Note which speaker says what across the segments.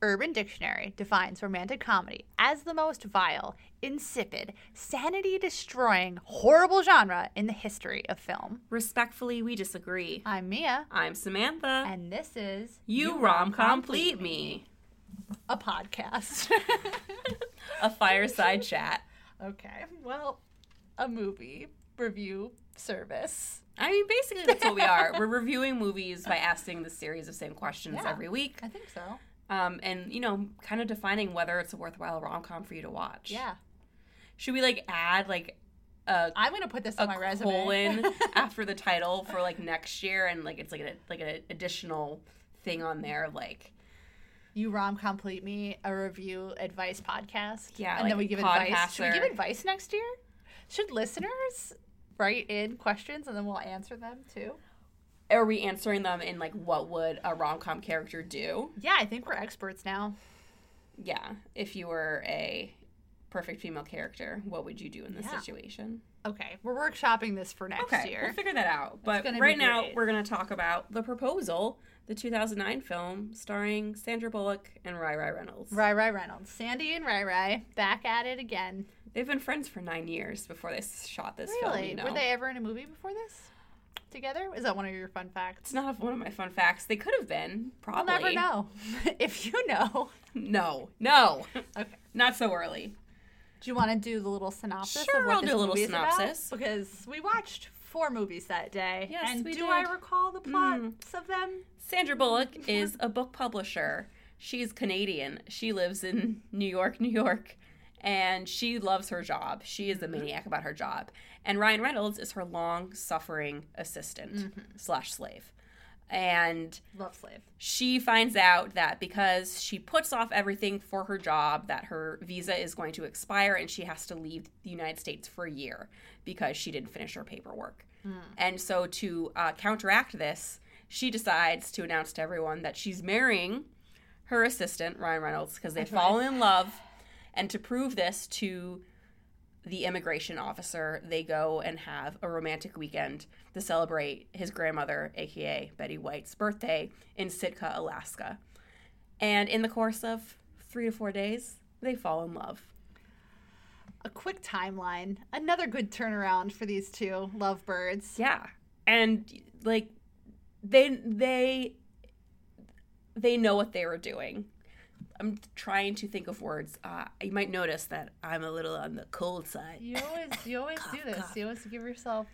Speaker 1: Urban Dictionary defines romantic comedy as the most vile, insipid, sanity destroying, horrible genre in the history of film.
Speaker 2: Respectfully, we disagree.
Speaker 1: I'm Mia,
Speaker 2: I'm Samantha.
Speaker 1: and this is
Speaker 2: you rom complete me.
Speaker 1: a podcast.
Speaker 2: A fireside chat.
Speaker 1: okay, well, a movie review service.
Speaker 2: I mean, basically, that's what we are. We're reviewing movies by asking the series of same questions
Speaker 1: Yeah.
Speaker 2: every week,
Speaker 1: I think so.
Speaker 2: um, and you know, kind of defining whether it's a worthwhile rom com for you to watch.
Speaker 1: Yeah.
Speaker 2: Should we like add like a
Speaker 1: I'm going to put this on my
Speaker 2: a
Speaker 1: resume.
Speaker 2: colon after the title for like next year, and like it's like a like an additional thing on there, like
Speaker 1: you rom complete me a review advice podcast.
Speaker 2: Yeah,
Speaker 1: and
Speaker 2: like
Speaker 1: then we give advice. Should we give
Speaker 2: Podhasser.
Speaker 1: advice next year? Should listeners write in questions and then we'll answer them too?
Speaker 2: are we answering them in like what would a rom com character do?
Speaker 1: Yeah, I think we're experts now.
Speaker 2: Yeah, if you were a perfect female character, what would you do in this
Speaker 1: Yeah.
Speaker 2: situation?
Speaker 1: Okay, we're workshopping this for next
Speaker 2: Okay,
Speaker 1: year.
Speaker 2: we'll figure that out. But
Speaker 1: gonna be
Speaker 2: right now,
Speaker 1: great.
Speaker 2: we're going to talk about The Proposal, the 2009 film starring Sandra Bullock and Rai Rai Reynolds.
Speaker 1: Rai Rai Reynolds, Sandy and Rai Rai back at it again.
Speaker 2: They've been friends for nine years before they shot this film.
Speaker 1: Really?
Speaker 2: You know?
Speaker 1: Were they ever in a movie before this? Together? Is that one of your fun facts?
Speaker 2: It's not one of my fun facts. They could have been,
Speaker 1: I'll never
Speaker 2: probably.
Speaker 1: know. if you know,
Speaker 2: No, no,
Speaker 1: Okay.
Speaker 2: not so early.
Speaker 1: Do you want to do the little synopsis?
Speaker 2: Sure,
Speaker 1: of what
Speaker 2: I'll
Speaker 1: this
Speaker 2: do a little
Speaker 1: movie is about?
Speaker 2: synopsis.
Speaker 1: because we watched four movies that day.
Speaker 2: Yes,
Speaker 1: and
Speaker 2: we
Speaker 1: do I
Speaker 2: did.
Speaker 1: recall the plots of them?
Speaker 2: Sandra Bullock is a book publisher. She's Canadian. She lives in New York, New York, and she loves her job. She is a maniac about her job. And Ryan Reynolds is her long suffering assistant slash slave. And
Speaker 1: Love Slave.
Speaker 2: she finds out that because she puts off everything for her job that her visa is going to expire and she has to leave the united states for a year because she didn't finish her paperwork and so to uh, counteract this she decides to announce to everyone that she's marrying her assistant ryan reynolds because they fall in love and to prove this to the immigration officer, they go and have a romantic weekend to celebrate his grandmother, aka Betty White's birthday, in Sitka, Alaska. And in the course of three to four days, they fall in love.
Speaker 1: A quick timeline. Another good turnaround for these two lovebirds.
Speaker 2: Yeah. And like they they they know what they were doing. I'm trying to think of words. Uh, you might notice that I'm a little on the cold side.
Speaker 1: You always you always do this.
Speaker 2: cough.
Speaker 1: You always give yourself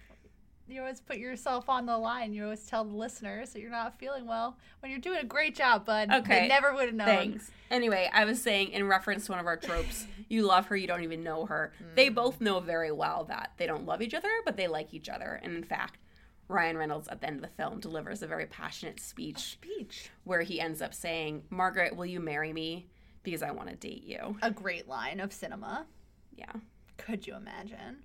Speaker 1: you always put yourself on the line. You always tell the listeners that you're not feeling well when you're doing a great job, bud. They
Speaker 2: Okay,
Speaker 1: never would have known.
Speaker 2: Thanks. Anyway, I was saying in reference to one of our tropes, you love her, you don't even know her. They
Speaker 1: Mm.
Speaker 2: both know very well that they don't love each other, but they like each other. And in fact, Ryan Reynolds at the end of the film delivers a very passionate speech
Speaker 1: Speech.
Speaker 2: where he ends up saying, "Margaret, will you marry me? Because I want to date you."
Speaker 1: A great line of cinema.
Speaker 2: Yeah.
Speaker 1: Could you imagine?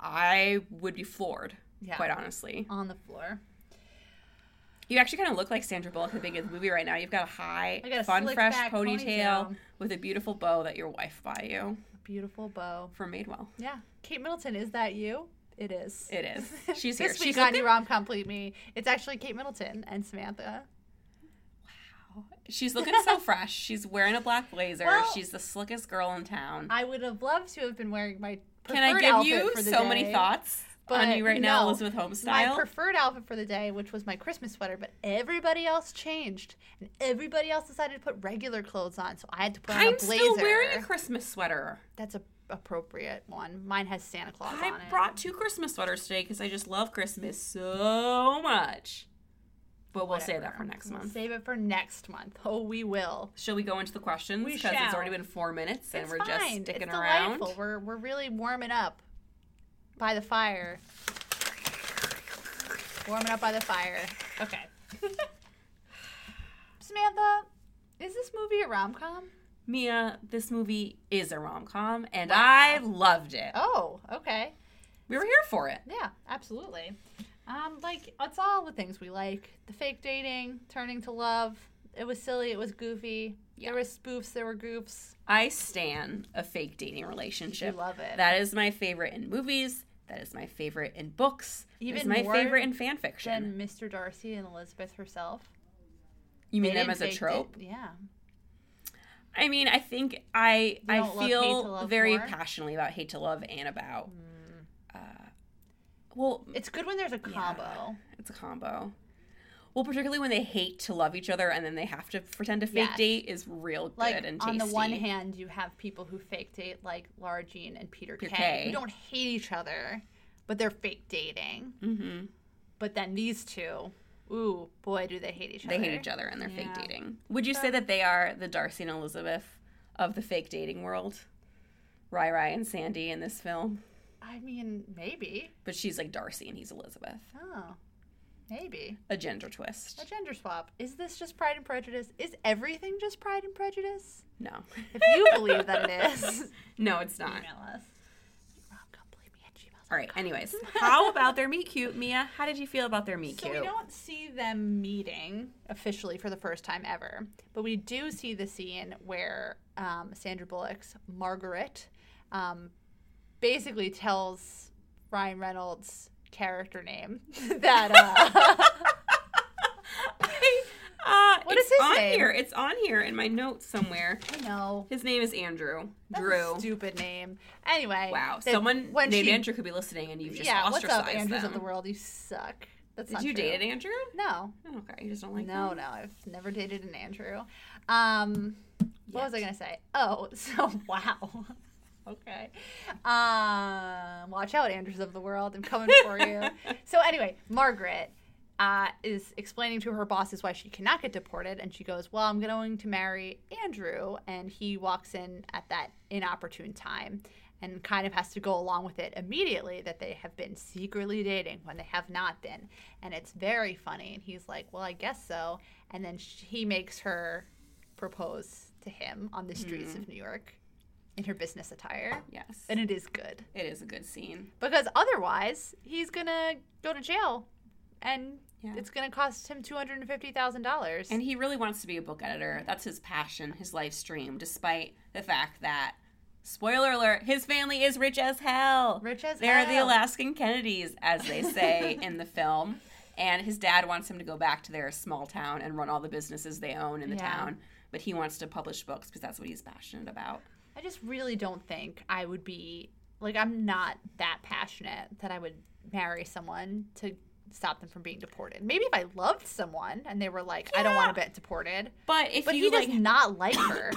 Speaker 2: I would be floored,
Speaker 1: Yeah.
Speaker 2: quite honestly.
Speaker 1: On the floor.
Speaker 2: You actually kind of look like Sandra Bullock at the beginning of the movie right now. You've got a high,
Speaker 1: I got a
Speaker 2: fun,
Speaker 1: slick
Speaker 2: fresh
Speaker 1: back
Speaker 2: ponytail,
Speaker 1: ponytail.
Speaker 2: with a beautiful bow that your wife bought you
Speaker 1: Beautiful bow.
Speaker 2: from Madewell.
Speaker 1: Yeah. Kate Middleton, is that you? It is.
Speaker 2: It is. She's here.
Speaker 1: this
Speaker 2: She's
Speaker 1: week on New Rom Complete Me, it's actually Kate Middleton and Samantha.
Speaker 2: She's looking so fresh. She's wearing a black blazer.
Speaker 1: Well-
Speaker 2: She's the slickest girl in town.
Speaker 1: I would have loved to have been wearing my preferred
Speaker 2: Can I give
Speaker 1: outfit
Speaker 2: you
Speaker 1: for the
Speaker 2: so many
Speaker 1: day.
Speaker 2: thoughts on
Speaker 1: but
Speaker 2: you right now,
Speaker 1: no.
Speaker 2: Elizabeth Holmes
Speaker 1: My
Speaker 2: style?
Speaker 1: preferred outfit for the day, which was my Christmas sweater, but everybody else changed, and everybody else decided to put regular clothes on, so I had to put on
Speaker 2: I'm
Speaker 1: a blazer.
Speaker 2: still wearing a Christmas sweater.
Speaker 1: That's a appropriate one. Mine has Santa Claus
Speaker 2: I
Speaker 1: on it.
Speaker 2: brought two Christmas sweaters today because I just love Christmas so much. But we'll save that for next
Speaker 1: We'll
Speaker 2: month.
Speaker 1: Save it for next month. Oh, we will.
Speaker 2: Shall we go into the questions?
Speaker 1: We
Speaker 2: Because it's
Speaker 1: shall.
Speaker 2: already been four minutes and
Speaker 1: It's
Speaker 2: we're just
Speaker 1: fine.
Speaker 2: sticking
Speaker 1: it's
Speaker 2: around.
Speaker 1: Delightful. We're we're really warming up by the fire. Warming up by the fire. Okay. Samantha, is this movie a rom com?
Speaker 2: Mia, this movie is a rom com and I loved it.
Speaker 1: Oh, okay.
Speaker 2: We were here for it.
Speaker 1: Yeah, absolutely. Um, like it's all the things we like: the fake dating, turning to love. It was silly. It was goofy. There were spoofs. There were goofs.
Speaker 2: I stan a fake dating relationship.
Speaker 1: You love it.
Speaker 2: That is my favorite in movies. That is my favorite in books.
Speaker 1: Even
Speaker 2: it's my
Speaker 1: more
Speaker 2: favorite in fan fiction.
Speaker 1: Then Mr. Darcy and Elizabeth herself.
Speaker 2: you mean
Speaker 1: They
Speaker 2: them
Speaker 1: didn't
Speaker 2: as a
Speaker 1: fake
Speaker 2: trope?
Speaker 1: it. Yeah.
Speaker 2: I mean, I think I
Speaker 1: You
Speaker 2: I
Speaker 1: don't love Hate to
Speaker 2: feel
Speaker 1: Love
Speaker 2: very
Speaker 1: more? Hmm.
Speaker 2: passionately about hate to love and about. Uh, well,
Speaker 1: It's good when there's a combo.
Speaker 2: it's a combo. Well, particularly when they hate to love each other and then they have to pretend to fake
Speaker 1: Yes.
Speaker 2: date is real good
Speaker 1: Like
Speaker 2: and tasty.
Speaker 1: on the one hand, you have people who fake date, like Lara Jean and Peter,
Speaker 2: Peter
Speaker 1: Kay,
Speaker 2: Kay.
Speaker 1: who don't hate each other, but they're fake dating.
Speaker 2: Mhm.
Speaker 1: But then these two, ooh boy, do they hate each
Speaker 2: they
Speaker 1: other?
Speaker 2: hate each other and they're fake
Speaker 1: Yeah.
Speaker 2: dating. Would you say that they are the Darcy and Elizabeth of the fake dating world? Rai Rai and Sandy in this film,
Speaker 1: I mean, maybe.
Speaker 2: but she's like Darcy and he's Elizabeth.
Speaker 1: Oh, maybe
Speaker 2: A gender twist.
Speaker 1: a gender swap. Is this just Pride and Prejudice? Is everything just Pride and Prejudice?
Speaker 2: No,
Speaker 1: If you believe that it is,
Speaker 2: no, it's not.
Speaker 1: email us. RobCompleteme at gmail.com.
Speaker 2: All right. Anyways, how about their meet cute, Mia? How did you feel about their meet
Speaker 1: So
Speaker 2: cute?
Speaker 1: we don't see them meeting officially for the first time ever, but we do see the scene where um, Sandra Bullock's Margaret um, basically tells Ryan Reynolds' character name that uh,
Speaker 2: uh,
Speaker 1: What
Speaker 2: it's
Speaker 1: is his
Speaker 2: on
Speaker 1: name?
Speaker 2: here. It's on here in my notes somewhere.
Speaker 1: I know
Speaker 2: His name is Andrew.
Speaker 1: that's a
Speaker 2: Drew.
Speaker 1: stupid name. Anyway,
Speaker 2: Wow.
Speaker 1: that
Speaker 2: Someone
Speaker 1: when
Speaker 2: named
Speaker 1: she-
Speaker 2: Andrew could be listening, and you've just
Speaker 1: yeah, what's
Speaker 2: ostracized
Speaker 1: up, Andrews
Speaker 2: them.
Speaker 1: of the world? You suck. That's
Speaker 2: Did
Speaker 1: not
Speaker 2: you
Speaker 1: true.
Speaker 2: date an Andrew?
Speaker 1: No,
Speaker 2: Oh, okay, you just don't like
Speaker 1: no,
Speaker 2: them?
Speaker 1: no. I've never dated an Andrew. Um, What was I
Speaker 2: Yet.
Speaker 1: gonna say? Oh, so wow. okay. Um, watch out, Andrews of the world. I'm coming for you. so anyway, Margaret uh, is explaining to her bosses why she cannot get deported, and she goes, "Well, I'm going to marry Andrew," and he walks in at that inopportune time. And kind of has to go along with it immediately that they have been secretly dating when they have not been. And it's very funny. And he's like, Well, I guess so. And then she, he makes her propose to him on the streets of New York in her business attire.
Speaker 2: Yes.
Speaker 1: And it is good.
Speaker 2: It is a good scene.
Speaker 1: Because otherwise, he's going to go to jail and
Speaker 2: Yeah.
Speaker 1: it's going to cost him $250,000.
Speaker 2: And he really wants to be a book editor. That's his passion, his life stream, despite the fact that, spoiler alert, his family is rich as hell.
Speaker 1: Rich as
Speaker 2: They're the
Speaker 1: hell.
Speaker 2: Alaskan Kennedys, as they say in the film. And his dad wants him to go back to their small town and run all the businesses they own in the
Speaker 1: Yeah.
Speaker 2: town. But he wants to publish books because that's what he's passionate about.
Speaker 1: I just really don't think I would be like I'm not that passionate that I would marry someone to stop them from being deported. Maybe if I loved someone and they were like, I don't want to get deported,
Speaker 2: But if
Speaker 1: but
Speaker 2: you
Speaker 1: he
Speaker 2: like,
Speaker 1: does not like her.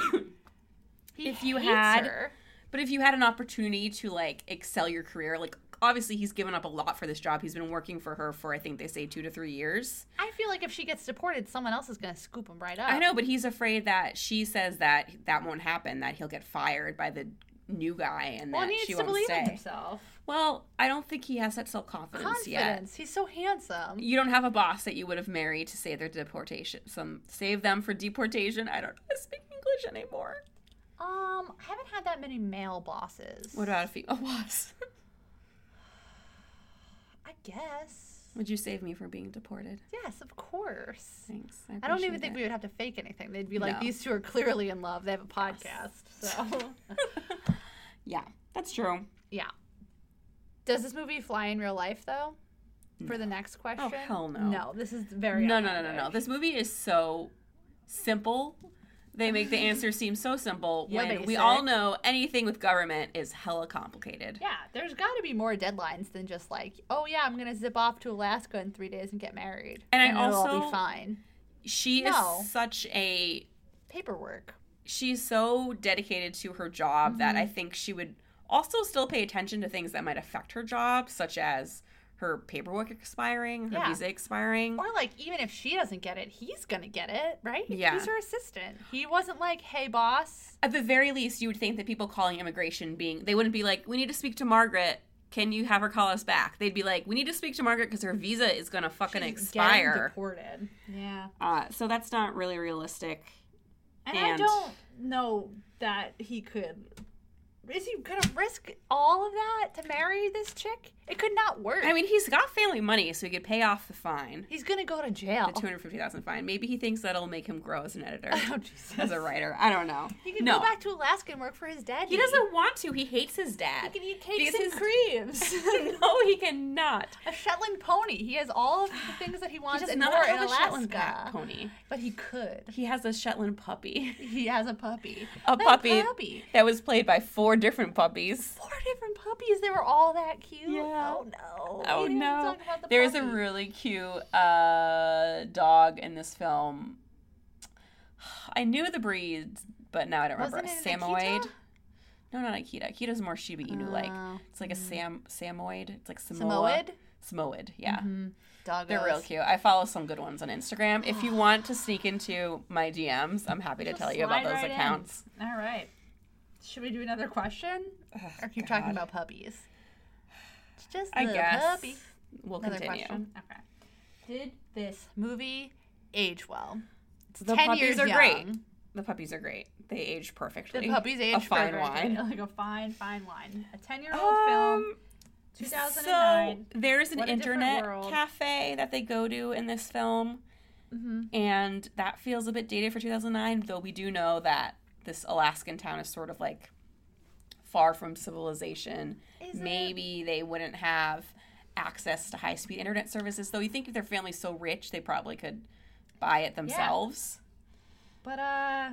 Speaker 1: He
Speaker 2: If you
Speaker 1: hates
Speaker 2: had-
Speaker 1: her.
Speaker 2: But if you had an opportunity to like excel your career, like obviously he's given up a lot for this job. He's been working for her for I think they say two to three years.
Speaker 1: I feel like if she gets deported, someone else is gonna scoop him right up.
Speaker 2: I know, but he's afraid that she says that that won't happen. That he'll get fired by the new guy, and
Speaker 1: Well,
Speaker 2: that
Speaker 1: he needs
Speaker 2: she
Speaker 1: to
Speaker 2: won't
Speaker 1: believe in
Speaker 2: stay.
Speaker 1: himself.
Speaker 2: Well, I don't think he has that self confidence
Speaker 1: Confidence.
Speaker 2: yet.
Speaker 1: He's so handsome.
Speaker 2: You don't have a boss that you would have married to save their deportation, some save them for deportation. I don't speak English anymore.
Speaker 1: Um, I haven't had that many male bosses.
Speaker 2: What about a female boss?
Speaker 1: I guess.
Speaker 2: would you save me from being deported?
Speaker 1: Yes, of course.
Speaker 2: Thanks.
Speaker 1: I don't even
Speaker 2: appreciate
Speaker 1: think
Speaker 2: it.
Speaker 1: we would have to fake anything. They'd be like,
Speaker 2: No.
Speaker 1: these two are clearly in love. They have a podcast. So,
Speaker 2: Yeah, that's true.
Speaker 1: yeah. Does this movie fly in real life, though? For the next question?
Speaker 2: Oh, hell no.
Speaker 1: No, this is very.
Speaker 2: No, no, no, no, no.
Speaker 1: outlandish.
Speaker 2: This movie is so simple. They make the answer seem so simple
Speaker 1: Yeah,
Speaker 2: when we
Speaker 1: basic.
Speaker 2: all know anything with government is hella complicated.
Speaker 1: Yeah, there's got to be more deadlines than just like, oh, yeah, I'm going to zip off to Alaska in three days and get married.
Speaker 2: And I
Speaker 1: it'll all
Speaker 2: also-
Speaker 1: be fine.
Speaker 2: She
Speaker 1: No.
Speaker 2: is such a
Speaker 1: Paperwork.
Speaker 2: she's so dedicated to her job
Speaker 1: Mm-hmm.
Speaker 2: that I think she would also still pay attention to things that might affect her job, such as her paperwork expiring, her
Speaker 1: Yeah.
Speaker 2: visa expiring.
Speaker 1: Or like, even if she doesn't get it, he's going to get it, right?
Speaker 2: Yeah.
Speaker 1: He's her assistant. He wasn't like, hey, boss.
Speaker 2: At the very least, you would think that people calling immigration being they wouldn't be like, "We need to speak to Margaret. Can you have her call us back?" They'd be like, "We need to speak to Margaret because her visa is gonna fucking
Speaker 1: She's Getting
Speaker 2: expire."
Speaker 1: deported. Yeah.
Speaker 2: Uh, so that's not really realistic.
Speaker 1: And, I
Speaker 2: And-
Speaker 1: don't know that he could. Is he gonna risk all of that to marry this chick? It could not work.
Speaker 2: I mean, he's got family money, so he could pay off the fine,
Speaker 1: He's gonna go to jail.
Speaker 2: the two hundred fifty thousand fine. Maybe he thinks that'll make him grow as an editor,
Speaker 1: oh Jesus!
Speaker 2: as a writer. I don't know.
Speaker 1: He can
Speaker 2: no,
Speaker 1: go back to Alaska and work for his dad.
Speaker 2: he doesn't want to. He hates his dad.
Speaker 1: He can eat cakes
Speaker 2: Because
Speaker 1: and creams.
Speaker 2: no, he cannot.
Speaker 1: a Shetland pony. He has all of the things that he
Speaker 2: He
Speaker 1: wants
Speaker 2: does
Speaker 1: and
Speaker 2: not
Speaker 1: more
Speaker 2: have
Speaker 1: in
Speaker 2: a
Speaker 1: Alaska.
Speaker 2: Shetland pack pony.
Speaker 1: But he could.
Speaker 2: He has a Shetland puppy.
Speaker 1: He has a puppy.
Speaker 2: A
Speaker 1: That
Speaker 2: puppy,
Speaker 1: puppy.
Speaker 2: that was played by four different puppies.
Speaker 1: Four different puppies. They were all that cute.
Speaker 2: Yeah.
Speaker 1: Oh no. We
Speaker 2: Oh
Speaker 1: didn't even
Speaker 2: no!
Speaker 1: talk about the
Speaker 2: There's a
Speaker 1: puppy.
Speaker 2: really cute uh, dog in this film. I knew the breed, but now I don't remember.
Speaker 1: Wasn't it an
Speaker 2: Samoyed.
Speaker 1: Akita?
Speaker 2: No, not Akita. Akita's more Shiba Inu like.
Speaker 1: Oh.
Speaker 2: It's like a Sam Samoyed. It's like Samoa.
Speaker 1: Samoyed. Mm-hmm.
Speaker 2: Samoyed. Yeah.
Speaker 1: Doggos.
Speaker 2: They're real cute. I follow some good ones on Instagram. If you want to sneak into my DMs, I'm happy to
Speaker 1: Just
Speaker 2: tell you about
Speaker 1: slide
Speaker 2: those
Speaker 1: right in.
Speaker 2: accounts.
Speaker 1: All right. Should we do another question?
Speaker 2: Ugh,
Speaker 1: or keep
Speaker 2: Oh, God.
Speaker 1: talking about puppies? It's just
Speaker 2: I
Speaker 1: the
Speaker 2: guess.
Speaker 1: puppy.
Speaker 2: We'll
Speaker 1: Another
Speaker 2: continue.
Speaker 1: question. Okay. Did this movie age well? It's
Speaker 2: The
Speaker 1: 10
Speaker 2: puppies
Speaker 1: years
Speaker 2: are great.
Speaker 1: young.
Speaker 2: The puppies are great. They age perfectly.
Speaker 1: The puppies age
Speaker 2: a fine
Speaker 1: perfectly,
Speaker 2: wine.
Speaker 1: like a fine, fine wine. A ten-year-old film,
Speaker 2: Um,
Speaker 1: two thousand and
Speaker 2: So there's an
Speaker 1: What a different
Speaker 2: internet
Speaker 1: world.
Speaker 2: cafe that they go to in this film,
Speaker 1: nine.
Speaker 2: and that feels a bit dated for 2009. Though we do know that this Alaskan town is sort of like far from civilization.
Speaker 1: Is it?
Speaker 2: Maybe they wouldn't have access to high speed internet services. Though you think if their family's so rich, they probably could buy it themselves.
Speaker 1: But uh,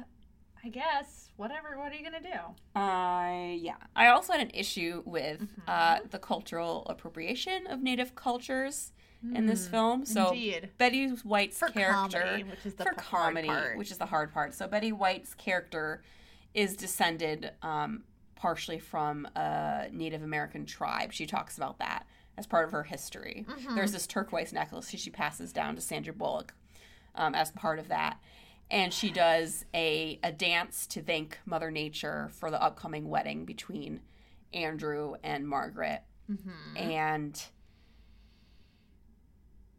Speaker 1: I guess whatever. What are you gonna do?
Speaker 2: Uh, yeah. I also had an issue with uh, the cultural appropriation of Native cultures in this film. So
Speaker 1: Indeed.
Speaker 2: Betty White's
Speaker 1: For
Speaker 2: character
Speaker 1: comedy, which is the
Speaker 2: for
Speaker 1: p- hard
Speaker 2: comedy,
Speaker 1: part.
Speaker 2: which is the hard part. So Betty White's character is descended um, partially from a Native American tribe. She talks about that as part of her history.
Speaker 1: Mm-hmm.
Speaker 2: There's this turquoise necklace she passes down to Sandra Bullock um, as part of that. And she does a, a dance to thank Mother Nature for the upcoming wedding between Andrew and Margaret. Mm-hmm.
Speaker 1: Mm-hmm.
Speaker 2: And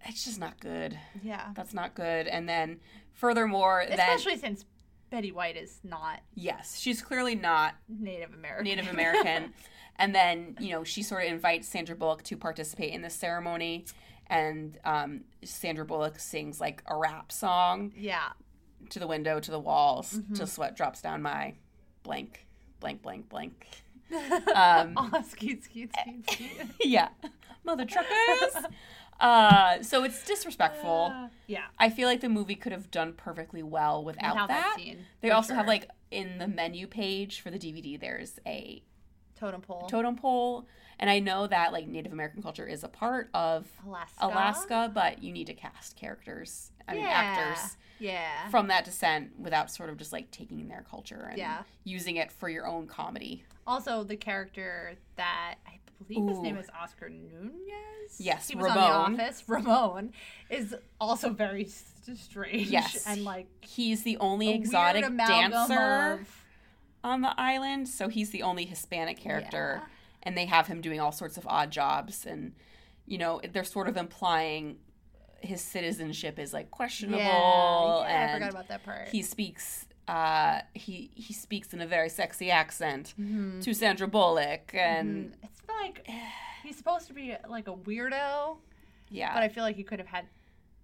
Speaker 2: it's just not good.
Speaker 1: Yeah.
Speaker 2: That's not good. And then, furthermore, that
Speaker 1: Especially since Betty White is not
Speaker 2: yes, she's clearly not
Speaker 1: Native American.
Speaker 2: Native American. and then, you know, she sort of invites Sandra Bullock to participate in this ceremony. And um, Sandra Bullock sings like a rap song
Speaker 1: yeah.
Speaker 2: to the window, to the walls,
Speaker 1: Mm-hmm.
Speaker 2: till sweat drops down my blank, blank, blank, blank. Um,
Speaker 1: Oh, skeet, skeet, skeet, skeet.
Speaker 2: yeah. Mother truckers. uh, so it's disrespectful.
Speaker 1: yeah.
Speaker 2: I feel like the movie could have done perfectly well without,
Speaker 1: Without that
Speaker 2: that.
Speaker 1: scene,
Speaker 2: they
Speaker 1: for
Speaker 2: also have
Speaker 1: sure.
Speaker 2: like in the menu page for the DVD, there's a
Speaker 1: Totem pole.
Speaker 2: totem pole, and I know that like Native American culture is a part of
Speaker 1: Alaska.
Speaker 2: Alaska, but you need to cast characters, I mean actors
Speaker 1: Yeah.
Speaker 2: from that descent without sort of just like taking their culture and
Speaker 1: Yeah.
Speaker 2: using it for your own comedy.
Speaker 1: Also, the character that I believe his
Speaker 2: Ooh.
Speaker 1: name is Oscar Nunez.
Speaker 2: Yes,
Speaker 1: he was on
Speaker 2: Ramon.
Speaker 1: The Office. Ramon is also very s- strange.
Speaker 2: Yes.
Speaker 1: and like
Speaker 2: He's the only
Speaker 1: a
Speaker 2: exotic
Speaker 1: weird amalgam
Speaker 2: dancer
Speaker 1: of-
Speaker 2: on the island, so he's the only Hispanic character, and they have him doing all sorts of odd jobs, and you know they're sort of implying his citizenship is like questionable,
Speaker 1: yeah, yeah, I
Speaker 2: and
Speaker 1: forgot about that part.
Speaker 2: he speaks uh, he he speaks in a very sexy accent to Sandra Bullock, and
Speaker 1: Mm-hmm. it's like he's supposed to be like a weirdo,
Speaker 2: yeah,
Speaker 1: but I feel like he could have had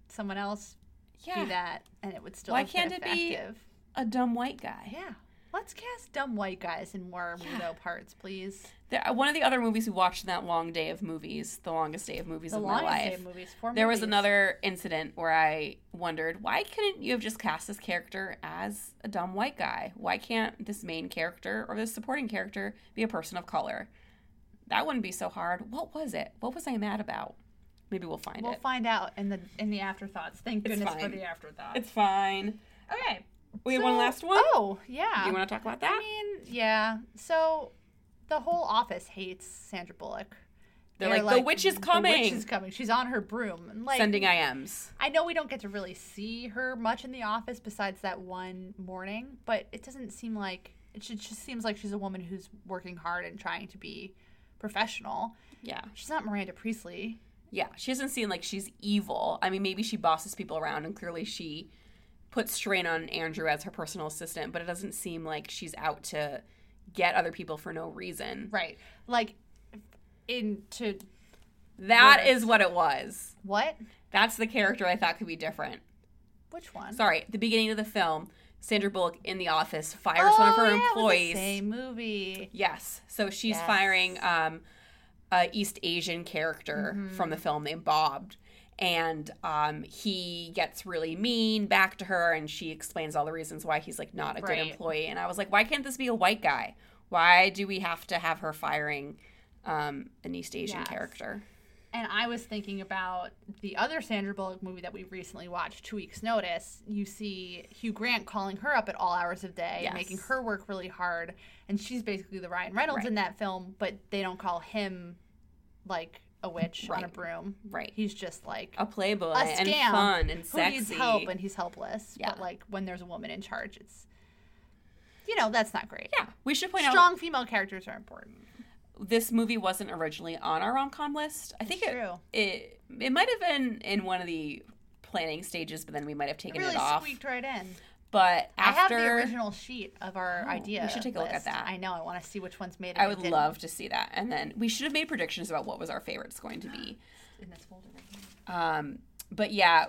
Speaker 1: someone else
Speaker 2: yeah,
Speaker 1: do that, and it would still.
Speaker 2: Why
Speaker 1: have been
Speaker 2: can't it be-
Speaker 1: effective.
Speaker 2: a dumb white guy.
Speaker 1: Yeah, let's cast dumb white guys in more weirdo parts, please.
Speaker 2: There, one of the other movies we watched in that long day of movies, the longest day of movies
Speaker 1: The
Speaker 2: of my
Speaker 1: longest
Speaker 2: life.
Speaker 1: day of movies. Four
Speaker 2: There was
Speaker 1: movies.
Speaker 2: another incident where I wondered why couldn't you have just cast this character as a dumb white guy? Why can't this main character or this supporting character be a person of color? That wouldn't be so hard. What was it? What was I mad about? Maybe we'll find
Speaker 1: We'll
Speaker 2: it.
Speaker 1: find out in the in the afterthoughts. Thank
Speaker 2: It's
Speaker 1: goodness for
Speaker 2: fine.
Speaker 1: the afterthoughts.
Speaker 2: it's fine.
Speaker 1: okay.
Speaker 2: We have one
Speaker 1: so-
Speaker 2: last one.
Speaker 1: Oh yeah.
Speaker 2: Do you want to talk about that?
Speaker 1: I mean, yeah. So the whole office hates Sandra Bullock.
Speaker 2: They're like, "The witch is
Speaker 1: The witch
Speaker 2: coming."
Speaker 1: is coming. She's on her broom. And like,
Speaker 2: Sending IMs.
Speaker 1: I know we don't get to really see her much in the office besides that one morning, but it doesn't seem like it should, just seems like she's a woman who's working hard and trying to be professional.
Speaker 2: Yeah.
Speaker 1: She's not Miranda Priestley.
Speaker 2: Yeah. She doesn't seem like she's evil. I mean, maybe she bosses people around and clearly she puts strain on Andrew as her personal assistant, but it doesn't seem like she's out to get other people for no reason.
Speaker 1: Right. Like in to
Speaker 2: That is what it was.
Speaker 1: What?
Speaker 2: That's the character I thought could be different.
Speaker 1: Which one?
Speaker 2: Sorry, the beginning of the film, Sandra Bullock in the office fires one of
Speaker 1: Oh,
Speaker 2: her
Speaker 1: yeah, it was the
Speaker 2: employees.
Speaker 1: same movie.
Speaker 2: Yes. So she's
Speaker 1: Yes.
Speaker 2: firing um, a East Asian character from the
Speaker 1: Mm-hmm.
Speaker 2: film named Bob. And um, he gets really mean back to her, and she explains all the reasons why he's like not a
Speaker 1: Right.
Speaker 2: good employee. And I was like, why can't this be a white guy? Why do we have to have her firing um, an East Asian
Speaker 1: Yes.
Speaker 2: character?
Speaker 1: And I was thinking about the other Sandra Bullock movie that we recently watched, Two Weeks Notice. You see Hugh Grant calling her up at all hours of day,
Speaker 2: Yes.
Speaker 1: making her work really hard. And she's basically the Ryan Reynolds
Speaker 2: Right.
Speaker 1: in that film, but they don't call him like a witch on a
Speaker 2: Right.
Speaker 1: broom.
Speaker 2: Right.
Speaker 1: He's just like
Speaker 2: A playboy
Speaker 1: a
Speaker 2: and
Speaker 1: scamp
Speaker 2: fun and
Speaker 1: who
Speaker 2: sexy.
Speaker 1: needs help and he's helpless. But
Speaker 2: Yeah.
Speaker 1: like when there's a woman in charge, it's you know that's not great.
Speaker 2: yeah, we should point out
Speaker 1: Strong female characters are important.
Speaker 2: this movie wasn't originally on our rom com list. I think it,
Speaker 1: True.
Speaker 2: it it might have been in one of the planning stages, but then we might have
Speaker 1: It
Speaker 2: taken it,
Speaker 1: really
Speaker 2: off.
Speaker 1: squeaked right in.
Speaker 2: But after Oh,
Speaker 1: I have the original sheet of our idea.
Speaker 2: should take a look at
Speaker 1: list.
Speaker 2: that.
Speaker 1: I know. I want to see which ones made it.
Speaker 2: I
Speaker 1: and
Speaker 2: would
Speaker 1: didn't
Speaker 2: love to see that, and then we should have made predictions about what was our favorites going to be.
Speaker 1: In this folder. right here.
Speaker 2: Um, but yeah,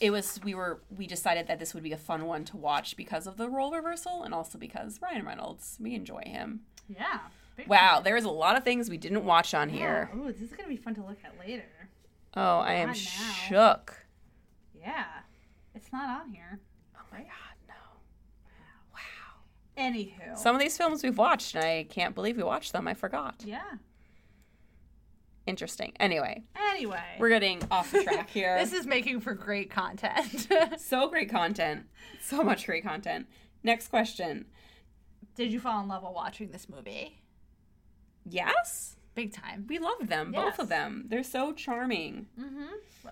Speaker 2: it was we were we decided that this would be a fun one to watch because of the role reversal, and also because Ryan Reynolds, we enjoy him.
Speaker 1: Yeah. big
Speaker 2: Wow, there is a lot of things we didn't watch on
Speaker 1: one.
Speaker 2: here.
Speaker 1: Oh, ooh, this is gonna be fun to look at later.
Speaker 2: Oh, I am
Speaker 1: Not now.
Speaker 2: shook.
Speaker 1: Yeah. It's not on here.
Speaker 2: Oh my god, no!
Speaker 1: Anywho.
Speaker 2: Some of these films we've watched, and I can't believe we watched them. I forgot.
Speaker 1: yeah.
Speaker 2: Interesting. Anyway,
Speaker 1: Anyway.
Speaker 2: we're getting off the track here.
Speaker 1: this is making for great content.
Speaker 2: So great content. So much great content. Next question.
Speaker 1: Did you fall in love while watching this movie?
Speaker 2: Yes?
Speaker 1: Big time.
Speaker 2: We love them,
Speaker 1: Yes. Mm.
Speaker 2: both of them. They're so charming.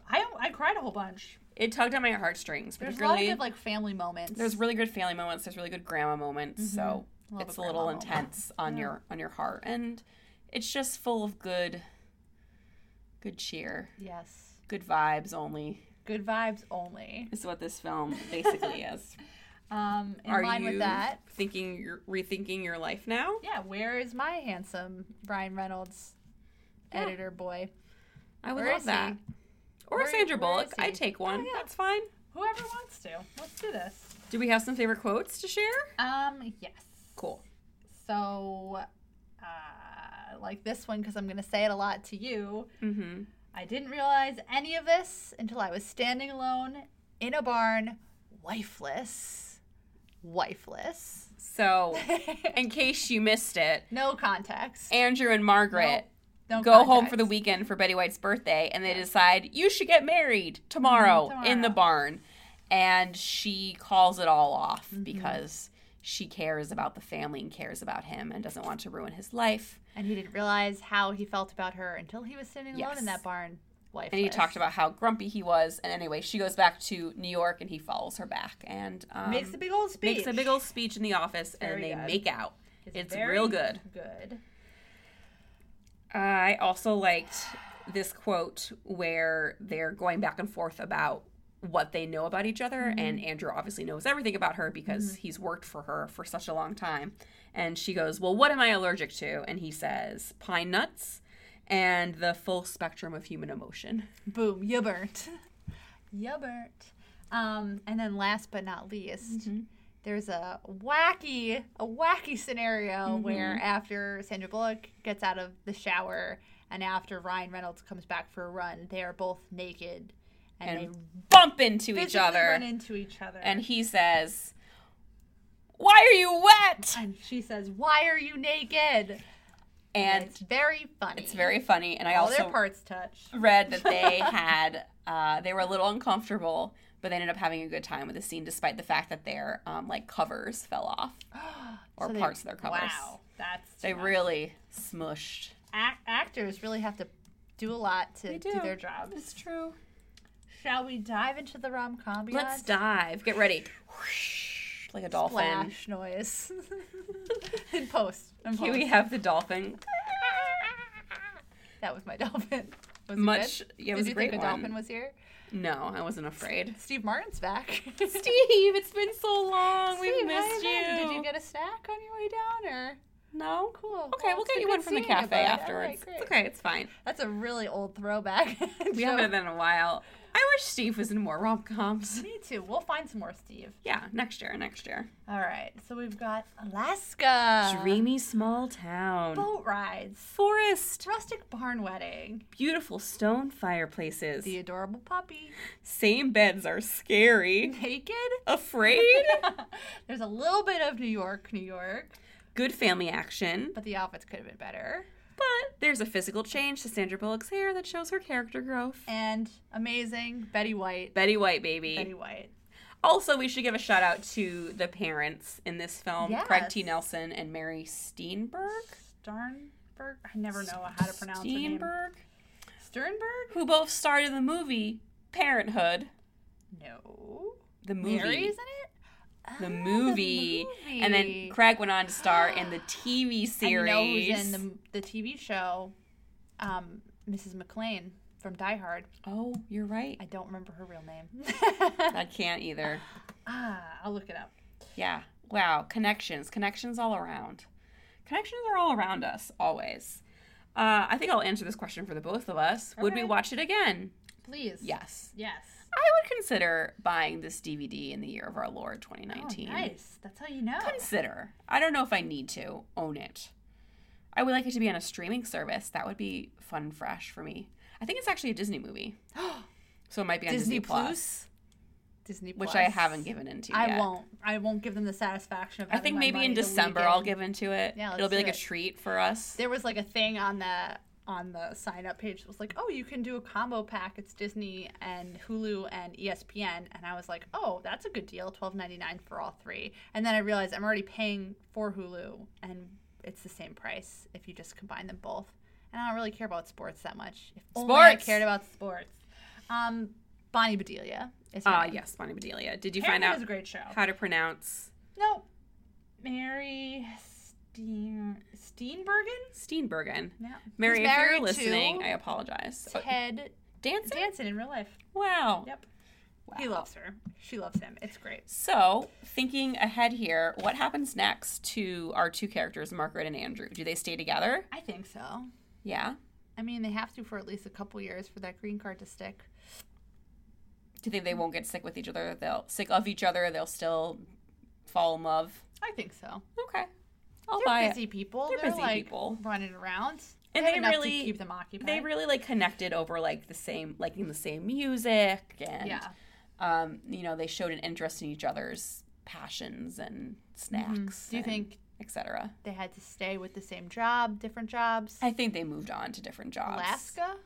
Speaker 1: I I cried a whole bunch.
Speaker 2: It tugged at my heartstrings,
Speaker 1: There's a lot of
Speaker 2: particularly.
Speaker 1: good like family moments.
Speaker 2: there's really good family moments, there's really good grandma moments, so
Speaker 1: Mm-hmm. Love
Speaker 2: it's
Speaker 1: a
Speaker 2: a little
Speaker 1: grandma moment.
Speaker 2: intense on your on your heart and it's just full of good good cheer.
Speaker 1: yes.
Speaker 2: Good vibes only
Speaker 1: Good vibes only.
Speaker 2: is what this film basically is.
Speaker 1: Um, in
Speaker 2: Are
Speaker 1: line
Speaker 2: you
Speaker 1: with that,
Speaker 2: thinking you're rethinking your life now?
Speaker 1: yeah. Where is my handsome Brian Reynolds
Speaker 2: Yeah.
Speaker 1: editor boy?
Speaker 2: I would
Speaker 1: Where
Speaker 2: love
Speaker 1: is
Speaker 2: that.
Speaker 1: he?
Speaker 2: Or
Speaker 1: Where-
Speaker 2: Sandra
Speaker 1: where
Speaker 2: Bullock.
Speaker 1: is
Speaker 2: I
Speaker 1: he?
Speaker 2: take one.
Speaker 1: Oh, yeah.
Speaker 2: That's fine.
Speaker 1: Whoever wants to, let's do this.
Speaker 2: Do we have some favorite quotes to share?
Speaker 1: Um, yes.
Speaker 2: Cool.
Speaker 1: So, uh, like this one because I'm gonna say it a lot to you.
Speaker 2: Mm-hmm.
Speaker 1: I didn't realize any of this until I was standing alone in a barn, wifeless, wifeless.
Speaker 2: So, in case you missed it,
Speaker 1: no context.
Speaker 2: Andrew and Margaret
Speaker 1: No
Speaker 2: go home for the
Speaker 1: context.
Speaker 2: weekend for Betty White's birthday, and they decide you should get married tomorrow,
Speaker 1: Mhm,
Speaker 2: in the
Speaker 1: tomorrow.
Speaker 2: barn. And she calls it all off
Speaker 1: Mm-hmm.
Speaker 2: because she cares about the family and cares about him and doesn't want to ruin his life.
Speaker 1: And he didn't realize how he felt about her until he was sitting alone
Speaker 2: Yes.
Speaker 1: in that barn. Wife.
Speaker 2: And he talked about how grumpy he was. And anyway, she goes back to New York, and he follows her back and um,
Speaker 1: makes a big old speech.
Speaker 2: makes a big old speech in the office,
Speaker 1: Very
Speaker 2: and they
Speaker 1: good.
Speaker 2: make out. It's
Speaker 1: very
Speaker 2: real good.
Speaker 1: Good.
Speaker 2: I also liked this quote where they're going back and forth about what they know about each other. And Andrew obviously knows everything about her because he's worked for her for such a long time. And she goes, Well, what am I allergic to? And he says, Pine nuts and the full spectrum of human emotion.
Speaker 1: Boom. You burnt. you burnt. Um, and then last but not least.
Speaker 2: Mm-hmm.
Speaker 1: There's a wacky, a wacky scenario
Speaker 2: Mm-hmm.
Speaker 1: where after Sandra Bullock gets out of the shower and after Ryan Reynolds comes back for a run, they are both naked and,
Speaker 2: And
Speaker 1: they
Speaker 2: bump into each
Speaker 1: physically
Speaker 2: other.
Speaker 1: run into each other.
Speaker 2: and he says, Why are you wet?
Speaker 1: And she says, "Why are you naked?" And
Speaker 2: And
Speaker 1: it's very funny.
Speaker 2: it's very funny. And I
Speaker 1: all
Speaker 2: also
Speaker 1: their parts touch.
Speaker 2: read that they had uh, they were a little uncomfortable but they ended up having a good time with the scene despite the fact that their um, like covers fell off or
Speaker 1: So they-
Speaker 2: parts of their covers
Speaker 1: Wow, that's
Speaker 2: they
Speaker 1: too
Speaker 2: really smushed
Speaker 1: much. Ac- actors really have to do a lot to do. their jobs.
Speaker 2: it's true
Speaker 1: Shall we dive into the rom com?
Speaker 2: let's dive get ready like a dolphin
Speaker 1: Flash noise in post. in
Speaker 2: Here we
Speaker 1: post.
Speaker 2: have the dolphin
Speaker 1: That was my dolphin. Was he
Speaker 2: much
Speaker 1: good?
Speaker 2: yeah it
Speaker 1: Did
Speaker 2: was
Speaker 1: you
Speaker 2: a great
Speaker 1: think a dolphin
Speaker 2: one
Speaker 1: was here?
Speaker 2: no i wasn't afraid
Speaker 1: Steve Martin's back.
Speaker 2: steve it's been so long we've
Speaker 1: Steve,
Speaker 2: missed
Speaker 1: hi,
Speaker 2: you
Speaker 1: man. Did you get a snack on your way down, or
Speaker 2: No.
Speaker 1: Cool.
Speaker 2: Okay,
Speaker 1: Well,
Speaker 2: we'll
Speaker 1: it's
Speaker 2: get
Speaker 1: been
Speaker 2: you one
Speaker 1: good
Speaker 2: from the
Speaker 1: seeing you,
Speaker 2: cafe
Speaker 1: bud. All right,
Speaker 2: afterwards.
Speaker 1: great.
Speaker 2: It's okay, it's fine.
Speaker 1: That's a really old throwback.
Speaker 2: We
Speaker 1: joke.
Speaker 2: haven't done it in a while. I wish Steve was in more rom coms.
Speaker 1: Me too. We'll find some more Steve.
Speaker 2: Yeah, next year, next year.
Speaker 1: All right. So we've got Alaska.
Speaker 2: Dreamy small town.
Speaker 1: Boat rides.
Speaker 2: Forest.
Speaker 1: Rustic barn wedding.
Speaker 2: Beautiful stone fireplaces.
Speaker 1: The adorable puppy.
Speaker 2: Same beds are scary.
Speaker 1: Naked.
Speaker 2: Afraid?
Speaker 1: There's a little bit of New York, New York,
Speaker 2: Good family action.
Speaker 1: but the outfits could have been better.
Speaker 2: But there's a physical change to Sandra Bullock's hair that shows her character growth.
Speaker 1: And amazing Betty White.
Speaker 2: Betty White, baby.
Speaker 1: Betty White.
Speaker 2: Also, we should give a shout out to the parents in this film Craig T.
Speaker 1: Yes.
Speaker 2: Nelson and Mary Steenburg.
Speaker 1: Sternberg. I never know how to pronounce her name.
Speaker 2: Steenburg?
Speaker 1: Sternberg?
Speaker 2: Who both starred in the movie Parenthood.
Speaker 1: No.
Speaker 2: The movie.
Speaker 1: Mary's in it. Ah,
Speaker 2: the movie. And then Craig went on to star in the TV
Speaker 1: And you
Speaker 2: series.
Speaker 1: know who's in the, the TV show? Um, Mrs. McLean from Die Hard.
Speaker 2: Oh, you're right.
Speaker 1: I don't remember her real name.
Speaker 2: I can't either.
Speaker 1: ah, I'll look it up.
Speaker 2: Yeah. Wow. Connections. Connections all around. Connections are all around us, always. Uh, I think I'll answer this question for the both of us. Would we
Speaker 1: Okay.
Speaker 2: watch it again?
Speaker 1: Please.
Speaker 2: Yes.
Speaker 1: Yes.
Speaker 2: I would consider buying this DVD in the year of our Lord
Speaker 1: Oh,
Speaker 2: 2019.
Speaker 1: nice. That's how you know.
Speaker 2: Consider. I don't know if I need to own it. I would like it to be on a streaming service. That would be fun and fresh for me. I think it's actually a Disney movie. so it might be on Disney,
Speaker 1: Disney
Speaker 2: Plus,
Speaker 1: Plus? Disney Plus.
Speaker 2: which I haven't given into
Speaker 1: I
Speaker 2: yet.
Speaker 1: won't. I won't give them the satisfaction of.
Speaker 2: I
Speaker 1: having
Speaker 2: think
Speaker 1: my
Speaker 2: maybe in
Speaker 1: money the
Speaker 2: December
Speaker 1: weekend.
Speaker 2: I'll give into it.
Speaker 1: Yeah, let's
Speaker 2: It'll be
Speaker 1: do
Speaker 2: like a
Speaker 1: it.
Speaker 2: treat for us.
Speaker 1: There was like a thing on the on the sign up page that was like, "Oh, you can do a combo pack. It's Disney and Hulu and E ESPN." And I was like, "Oh, that's a good deal. Twelve ninety nine for all three. And then I realized I'm already paying for Hulu, and it's the same price if you just combine them both. And I don't really care about sports that much. If only I
Speaker 2: Sports!
Speaker 1: cared about sports. Um, Bonnie Bedelia is. her
Speaker 2: Ah,
Speaker 1: name.
Speaker 2: yes, Bonnie Bedelia. Did you
Speaker 1: Parenthood is
Speaker 2: find
Speaker 1: a
Speaker 2: out
Speaker 1: great show.
Speaker 2: how to pronounce
Speaker 1: No, Mary Steen Steenbergen.
Speaker 2: Steenbergen?
Speaker 1: No,
Speaker 2: Mary,
Speaker 1: Who's
Speaker 2: if
Speaker 1: married
Speaker 2: you're
Speaker 1: to
Speaker 2: listening, I apologize. Oh,
Speaker 1: Ted
Speaker 2: dancing?
Speaker 1: Danson in real life.
Speaker 2: Wow.
Speaker 1: Yep. He
Speaker 2: Wow.
Speaker 1: loves her. She loves him. It's great.
Speaker 2: So, thinking ahead here, what happens next to our two characters, Margaret and Andrew? Do they stay together?
Speaker 1: I think so.
Speaker 2: Yeah.
Speaker 1: I mean, they have to for at least a couple years for that green card to stick.
Speaker 2: Do you think they won't get sick with each other? They'll sick of each other. They'll still fall in love.
Speaker 1: I think so.
Speaker 2: Okay. I'll buy
Speaker 1: They're
Speaker 2: it.
Speaker 1: busy people.
Speaker 2: They're
Speaker 1: They're,
Speaker 2: busy
Speaker 1: like
Speaker 2: people.
Speaker 1: running around.
Speaker 2: And
Speaker 1: have
Speaker 2: they
Speaker 1: enough
Speaker 2: really-
Speaker 1: to keep them occupied.
Speaker 2: They really like connected over like the same liking the same music and
Speaker 1: yeah.
Speaker 2: um, you know, they showed an interest in each other's passions and snacks.
Speaker 1: Mm-hmm. Do you think
Speaker 2: etc.
Speaker 1: they had to stay with the same job, different jobs?
Speaker 2: I think they moved on to different jobs.
Speaker 1: Alaska?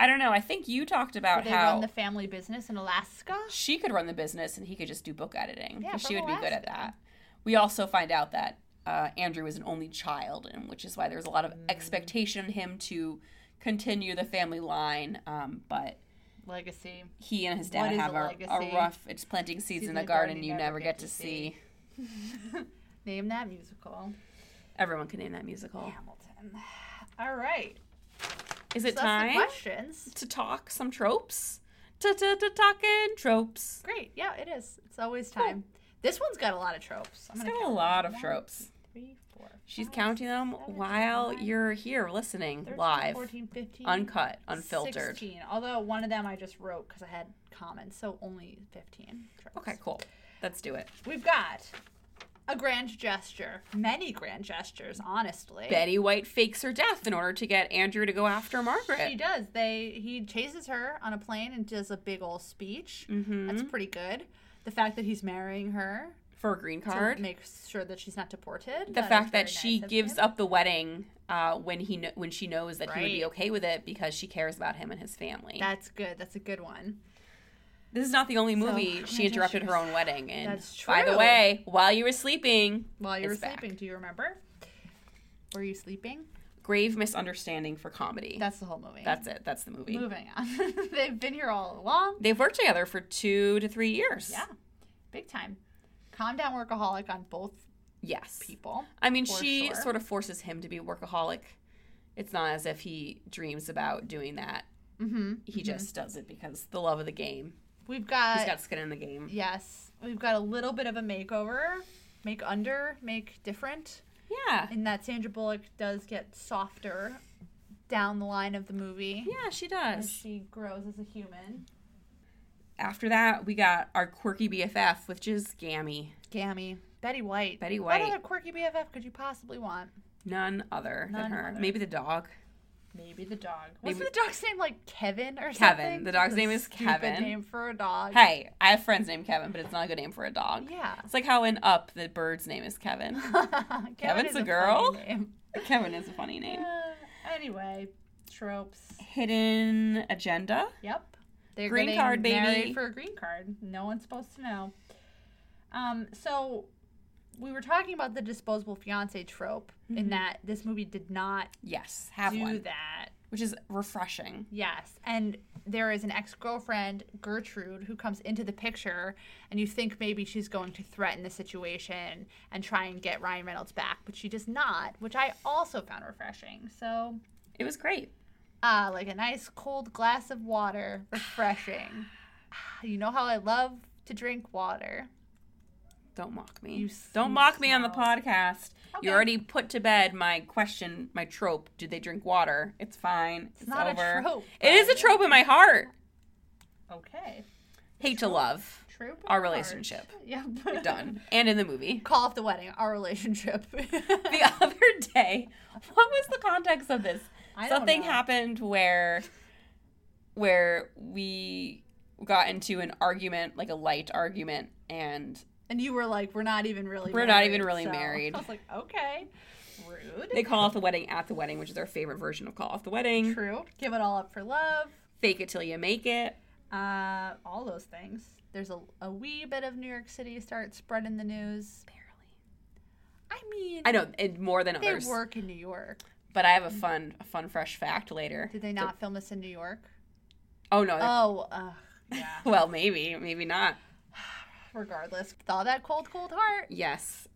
Speaker 2: I don't know. I think you talked
Speaker 1: Did
Speaker 2: about
Speaker 1: they
Speaker 2: how
Speaker 1: run the family business in Alaska?
Speaker 2: she could run the business and he could just do book editing.
Speaker 1: Yeah,
Speaker 2: 'cause she
Speaker 1: from
Speaker 2: would be good at
Speaker 1: Alaska.
Speaker 2: that. We also find out that uh, Andrew was an only child, and which is why there's a lot of
Speaker 1: Mm.
Speaker 2: expectation on him to continue the family line. Um, but
Speaker 1: Legacy.
Speaker 2: he and his
Speaker 1: What
Speaker 2: dad
Speaker 1: is
Speaker 2: have
Speaker 1: a
Speaker 2: a, a
Speaker 1: legacy?
Speaker 2: rough. It's planting seeds in a garden, you never get, to see.
Speaker 1: Name that musical.
Speaker 2: Everyone can name that musical.
Speaker 1: Hamilton. All right.
Speaker 2: Is it
Speaker 1: So that's the
Speaker 2: time
Speaker 1: questions.
Speaker 2: to talk some tropes? Ta ta ta talking tropes.
Speaker 1: Great. Yeah, it is. It's always time. This one's got a lot of tropes. I'm
Speaker 2: It's
Speaker 1: gonna
Speaker 2: got a
Speaker 1: count
Speaker 2: lot of
Speaker 1: One,
Speaker 2: tropes.
Speaker 1: Three, four.
Speaker 2: She's
Speaker 1: five,
Speaker 2: counting them
Speaker 1: seven,
Speaker 2: while
Speaker 1: nine,
Speaker 2: you're here listening
Speaker 1: 13,
Speaker 2: live,
Speaker 1: 14, 15,
Speaker 2: uncut, unfiltered.
Speaker 1: 16. Although one of them I just wrote because I had comments, so only 15 tropes.
Speaker 2: Okay, cool. Let's do it.
Speaker 1: We've got a grand gesture. Many grand gestures, honestly.
Speaker 2: Betty White fakes her death in order to get Andrew to go after
Speaker 1: She
Speaker 2: Margaret.
Speaker 1: does. They he chases her on a plane and does a big old speech.
Speaker 2: Mhm.
Speaker 1: That's pretty good. The fact that he's marrying her
Speaker 2: For a green
Speaker 1: to
Speaker 2: card.
Speaker 1: make sure that she's not deported.
Speaker 2: The fact that she
Speaker 1: gives
Speaker 2: gives
Speaker 1: up.
Speaker 2: up the wedding uh, when he kn- when she knows that he would be
Speaker 1: Right.
Speaker 2: okay with it because she cares about him and his family.
Speaker 1: That's good. That's a good one.
Speaker 2: this is not the only movie
Speaker 1: oh
Speaker 2: she
Speaker 1: my
Speaker 2: interrupted
Speaker 1: gosh,
Speaker 2: her own wedding. And
Speaker 1: That's
Speaker 2: by the
Speaker 1: true.
Speaker 2: way, while you were sleeping,
Speaker 1: While you were
Speaker 2: It's back.
Speaker 1: sleeping, do you remember? Were you sleeping?
Speaker 2: grave misunderstanding for comedy. That's,
Speaker 1: That's the whole movie.
Speaker 2: it. That's the movie.
Speaker 1: moving on. They've been here all along.
Speaker 2: They've worked together for two to three years.
Speaker 1: Yeah, big time. Calm down, workaholic on both
Speaker 2: Yes.
Speaker 1: people.
Speaker 2: I mean,
Speaker 1: For
Speaker 2: she
Speaker 1: sure.
Speaker 2: sort of forces him to be a workaholic. It's not as if he dreams about doing that.
Speaker 1: hmm
Speaker 2: He just does it because the love of the game.
Speaker 1: We've
Speaker 2: He's
Speaker 1: got,
Speaker 2: got skin in the game.
Speaker 1: yes, we've got a little bit of a makeover, make under, make different.
Speaker 2: Yeah.
Speaker 1: and that Sandra Bullock does get softer down the line of the movie
Speaker 2: Yeah, she
Speaker 1: as
Speaker 2: does.
Speaker 1: she grows as a human.
Speaker 2: After that, we got our quirky BFF, which is Gammy.
Speaker 1: Gammy, Betty White.
Speaker 2: Betty
Speaker 1: What
Speaker 2: White.
Speaker 1: other quirky BFF could you possibly want?
Speaker 2: None other than
Speaker 1: None
Speaker 2: her.
Speaker 1: other.
Speaker 2: Maybe the dog.
Speaker 1: Maybe the dog. Wasn't
Speaker 2: Maybe-
Speaker 1: the dog's name like Kevin or something?
Speaker 2: Kevin. The dog's
Speaker 1: That's a
Speaker 2: name is
Speaker 1: stupid
Speaker 2: Kevin.
Speaker 1: Name for a dog.
Speaker 2: Hey, I have friends named Kevin, but it's not a good name for a dog.
Speaker 1: Yeah.
Speaker 2: It's like how in Up, the bird's name is Kevin.
Speaker 1: Kevin
Speaker 2: Kevin's
Speaker 1: is
Speaker 2: a
Speaker 1: funny
Speaker 2: girl?
Speaker 1: name.
Speaker 2: Kevin is a funny name.
Speaker 1: Uh, anyway, tropes.
Speaker 2: Hidden agenda.
Speaker 1: Yep. They're
Speaker 2: Green
Speaker 1: getting
Speaker 2: card, baby.
Speaker 1: married for a green card. No one's supposed to know. Um, so we were talking about the disposable fiance trope in that this movie did not
Speaker 2: Yes, Mm-hmm. have
Speaker 1: do
Speaker 2: one,
Speaker 1: that.
Speaker 2: which is refreshing.
Speaker 1: Yes. And there is an ex girlfriend, Gertrude, who comes into the picture, and you think maybe she's going to threaten the situation and try and get Ryan Reynolds back, but she does not, which I also found refreshing. So,
Speaker 2: It was great.
Speaker 1: ah, like a nice cold glass of water, refreshing. Ah, you know how I love to drink water.
Speaker 2: Don't mock me.
Speaker 1: You s-
Speaker 2: Don't
Speaker 1: you
Speaker 2: mock me on the
Speaker 1: smell.
Speaker 2: podcast.
Speaker 1: Okay.
Speaker 2: You already put to bed my question, my trope. Do they drink water? It's fine. It's,
Speaker 1: not a
Speaker 2: over.
Speaker 1: trope,
Speaker 2: It is a
Speaker 1: Brian.
Speaker 2: trope in my heart.
Speaker 1: Okay.
Speaker 2: Hate to love.
Speaker 1: True. but
Speaker 2: Our
Speaker 1: large.
Speaker 2: relationship.
Speaker 1: Yep.
Speaker 2: Done. And in the movie.
Speaker 1: Call off the wedding, our relationship.
Speaker 2: The other day, what was the context of this?
Speaker 1: I don't
Speaker 2: Something
Speaker 1: know.
Speaker 2: happened where where we got into an argument, like a light argument, and
Speaker 1: And you were like, we're not even really
Speaker 2: We're
Speaker 1: married,
Speaker 2: not even really
Speaker 1: so-
Speaker 2: married.
Speaker 1: I was like, okay. Rude.
Speaker 2: they call off the wedding at the wedding, which is our favorite version of call off the wedding.
Speaker 1: True. Give it all up for love.
Speaker 2: Fake it till you make it.
Speaker 1: Uh, all those things. There's a, a wee bit of New York City start spreading the news.
Speaker 2: Barely.
Speaker 1: I mean,
Speaker 2: I know and more than
Speaker 1: they
Speaker 2: others.
Speaker 1: work in New York.
Speaker 2: But I have a fun, a fun fresh fact later.
Speaker 1: Did they not film this in New York?
Speaker 2: Oh no.
Speaker 1: Oh, uh, yeah.
Speaker 2: well, maybe, maybe not.
Speaker 1: Regardless, with all that cold, cold heart.
Speaker 2: Yes,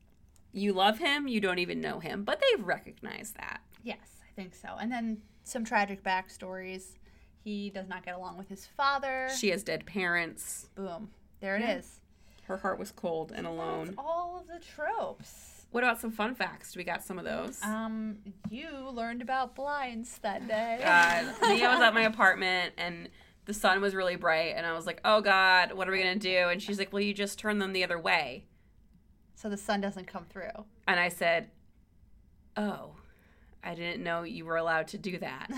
Speaker 2: you love him. You don't even know him, but they recognize that.
Speaker 1: Yes, I think so. And then some tragic backstories. He does not get along with his father.
Speaker 2: She has dead parents.
Speaker 1: Boom. There it is.
Speaker 2: Yeah. Her heart was cold and alone.
Speaker 1: All of the tropes.
Speaker 2: What about some fun facts? Do we got some of those?
Speaker 1: Um, you learned about blinds that day.
Speaker 2: Oh, God, Mia was at my apartment and the sun was really bright, and I was like, "Oh God, what are we gonna do?" And she's like, "Well, you just turn them the other way."
Speaker 1: so the sun doesn't come through.
Speaker 2: And I said, "Oh, I didn't know you were allowed to do that."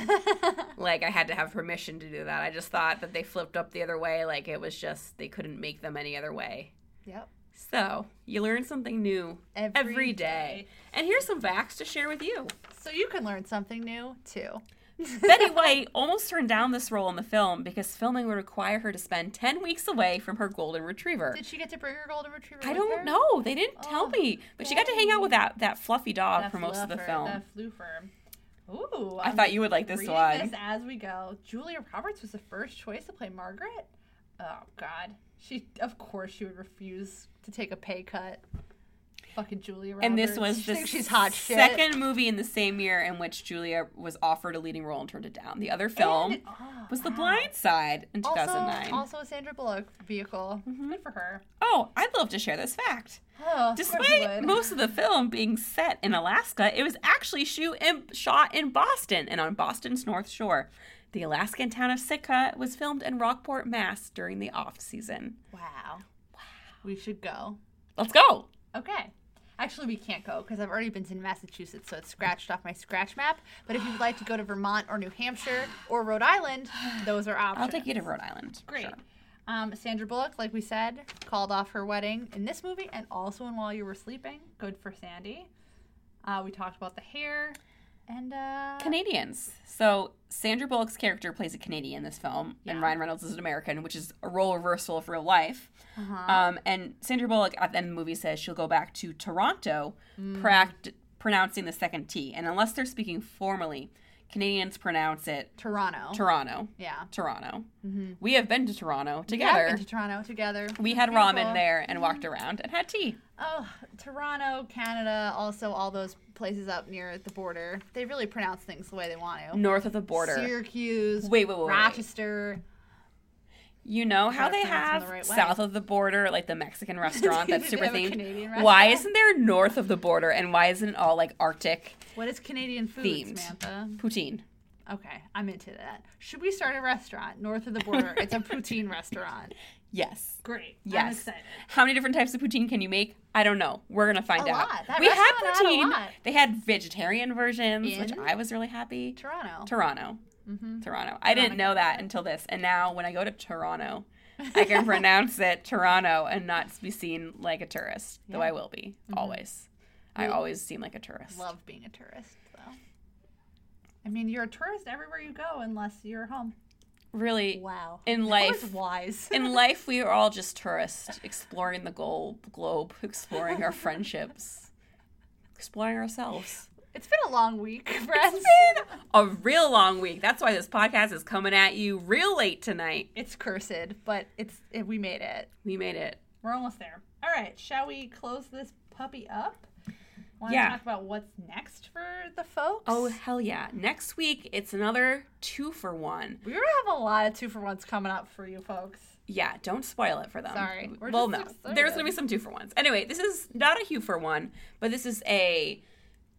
Speaker 2: like I had to have permission to do that. I just thought that they flipped up the other way, like it was just they couldn't make them any other way.
Speaker 1: yep.
Speaker 2: So you learn something new every day. And here's some facts to share with you.
Speaker 1: So you can learn something new too.
Speaker 2: Betty White almost turned down this role in the film because filming would require her to spend 10 weeks away from her golden retriever.
Speaker 1: Did she get to bring her golden retriever?
Speaker 2: I
Speaker 1: with her?
Speaker 2: don't know. They didn't tell
Speaker 1: Oh,
Speaker 2: me. But she got to hang out with that, that fluffy dog
Speaker 1: That
Speaker 2: for most of the
Speaker 1: fluffer,
Speaker 2: film.
Speaker 1: That floofer. Ooh.
Speaker 2: I
Speaker 1: I'm
Speaker 2: thought you would like this
Speaker 1: reading
Speaker 2: one.
Speaker 1: This as we go. Julia Roberts was the first choice to play Margaret. Oh God. She of course she would refuse to take a pay cut. Fucking Julia Roberts.
Speaker 2: And this was
Speaker 1: She
Speaker 2: the
Speaker 1: thinks she's hot shit.
Speaker 2: second movie in the same year in which Julia was offered a leading role and turned it down. The other film
Speaker 1: And- oh,
Speaker 2: was The
Speaker 1: wow.
Speaker 2: Blind Side in 2009.
Speaker 1: Also, also a Sandra Bullock vehicle.
Speaker 2: Mm-hmm.
Speaker 1: Good for her.
Speaker 2: oh, I'd love to share this fact.
Speaker 1: Oh, of course you
Speaker 2: Despite
Speaker 1: would.
Speaker 2: most of the film being set in Alaska, it was actually shoot in, shot in Boston and on Boston's North Shore. The Alaskan town of Sitka was filmed in Rockport, Mass during the off season.
Speaker 1: wow, wow, we should go.
Speaker 2: Let's go.
Speaker 1: Okay. Actually, we can't go because I've already been to Massachusetts, so it's scratched off my scratch map. But if you'd like to go to Vermont or New Hampshire or Rhode Island, those are options.
Speaker 2: I'll take you to Rhode Island.
Speaker 1: Great.
Speaker 2: Sure.
Speaker 1: Um, Sandra Bullock, like we said, called off her wedding in this movie and also in While You Were Sleeping. Good for Sandy. Uh, we talked about the hair and uh,
Speaker 2: Canadians. So Sandra Bullock's character plays a Canadian in this film, and
Speaker 1: Yeah.
Speaker 2: Ryan Reynolds is an American, which is a role reversal of real life.
Speaker 1: Uh-huh.
Speaker 2: Um, and Sandra Bullock at the end of the movie says she'll go back to Toronto,
Speaker 1: Mm.
Speaker 2: pract- pronouncing the second T. And unless they're speaking formally, Canadians pronounce it
Speaker 1: Toronto.
Speaker 2: Toronto.
Speaker 1: yeah.
Speaker 2: Toronto. We have been to Toronto
Speaker 1: Yeah, I've
Speaker 2: together.
Speaker 1: Mm-hmm. been to Toronto together.
Speaker 2: we had
Speaker 1: Beautiful.
Speaker 2: ramen there and walked around and had tea.
Speaker 1: Oh, Toronto, Canada, also all those places up near the border. They really pronounce things the way they want to.
Speaker 2: North of the border.
Speaker 1: Syracuse,
Speaker 2: Wait, wait, wait, wait.
Speaker 1: Rochester.
Speaker 2: You know
Speaker 1: Try
Speaker 2: how
Speaker 1: to
Speaker 2: they
Speaker 1: pronounce them
Speaker 2: have
Speaker 1: the right way.
Speaker 2: south of the border, like the Mexican restaurant
Speaker 1: They
Speaker 2: that's super
Speaker 1: have a
Speaker 2: themed.
Speaker 1: Canadian
Speaker 2: Why
Speaker 1: restaurant?
Speaker 2: isn't there north of the border, and why isn't it all like Arctic
Speaker 1: What is Canadian food,
Speaker 2: Themed.
Speaker 1: Samantha?
Speaker 2: poutine?
Speaker 1: Okay, I'm into that. Should we start a restaurant north of the border? it's a poutine restaurant.
Speaker 2: Yes.
Speaker 1: Great. I'm
Speaker 2: Yes.
Speaker 1: excited.
Speaker 2: How many different types of poutine can you make? I don't know. We're gonna find
Speaker 1: A
Speaker 2: out.
Speaker 1: lot. That
Speaker 2: we had
Speaker 1: restaurant had a
Speaker 2: poutine.
Speaker 1: lot.
Speaker 2: They had vegetarian versions, which
Speaker 1: In?
Speaker 2: I was really happy.
Speaker 1: Toronto.
Speaker 2: Toronto.
Speaker 1: mm-hmm.
Speaker 2: Toronto. I didn't know that until this. And now when I go to Toronto, I can pronounce it Toronto and not be seen like a tourist, though
Speaker 1: Yeah. Mm-hmm.
Speaker 2: I will be always. I always seem like a tourist.
Speaker 1: Love being a tourist, though. I mean, you're a tourist everywhere you go, unless you're home.
Speaker 2: Really,
Speaker 1: Wow. That
Speaker 2: in
Speaker 1: was
Speaker 2: life,
Speaker 1: wise.
Speaker 2: in life, we are all just tourists exploring the goal, globe, exploring our friendships, exploring ourselves.
Speaker 1: It's been a long week, friends. It's,
Speaker 2: A real long week. That's why this podcast is coming at you real late tonight.
Speaker 1: cursed, but it's it, we made it.
Speaker 2: We made it.
Speaker 1: We're almost there. All right, shall we close this puppy up? Want to
Speaker 2: Yeah.
Speaker 1: talk about what's next for the folks?
Speaker 2: Oh, hell yeah. Next week, it's another two for one.
Speaker 1: we have a lot of two for ones coming up for you folks.
Speaker 2: Yeah, don't spoil it for them.
Speaker 1: Sorry, we're
Speaker 2: well,
Speaker 1: just
Speaker 2: no,
Speaker 1: excited.
Speaker 2: there's gonna be some two for ones. Anyway, this is not a Hugh for one, but this is a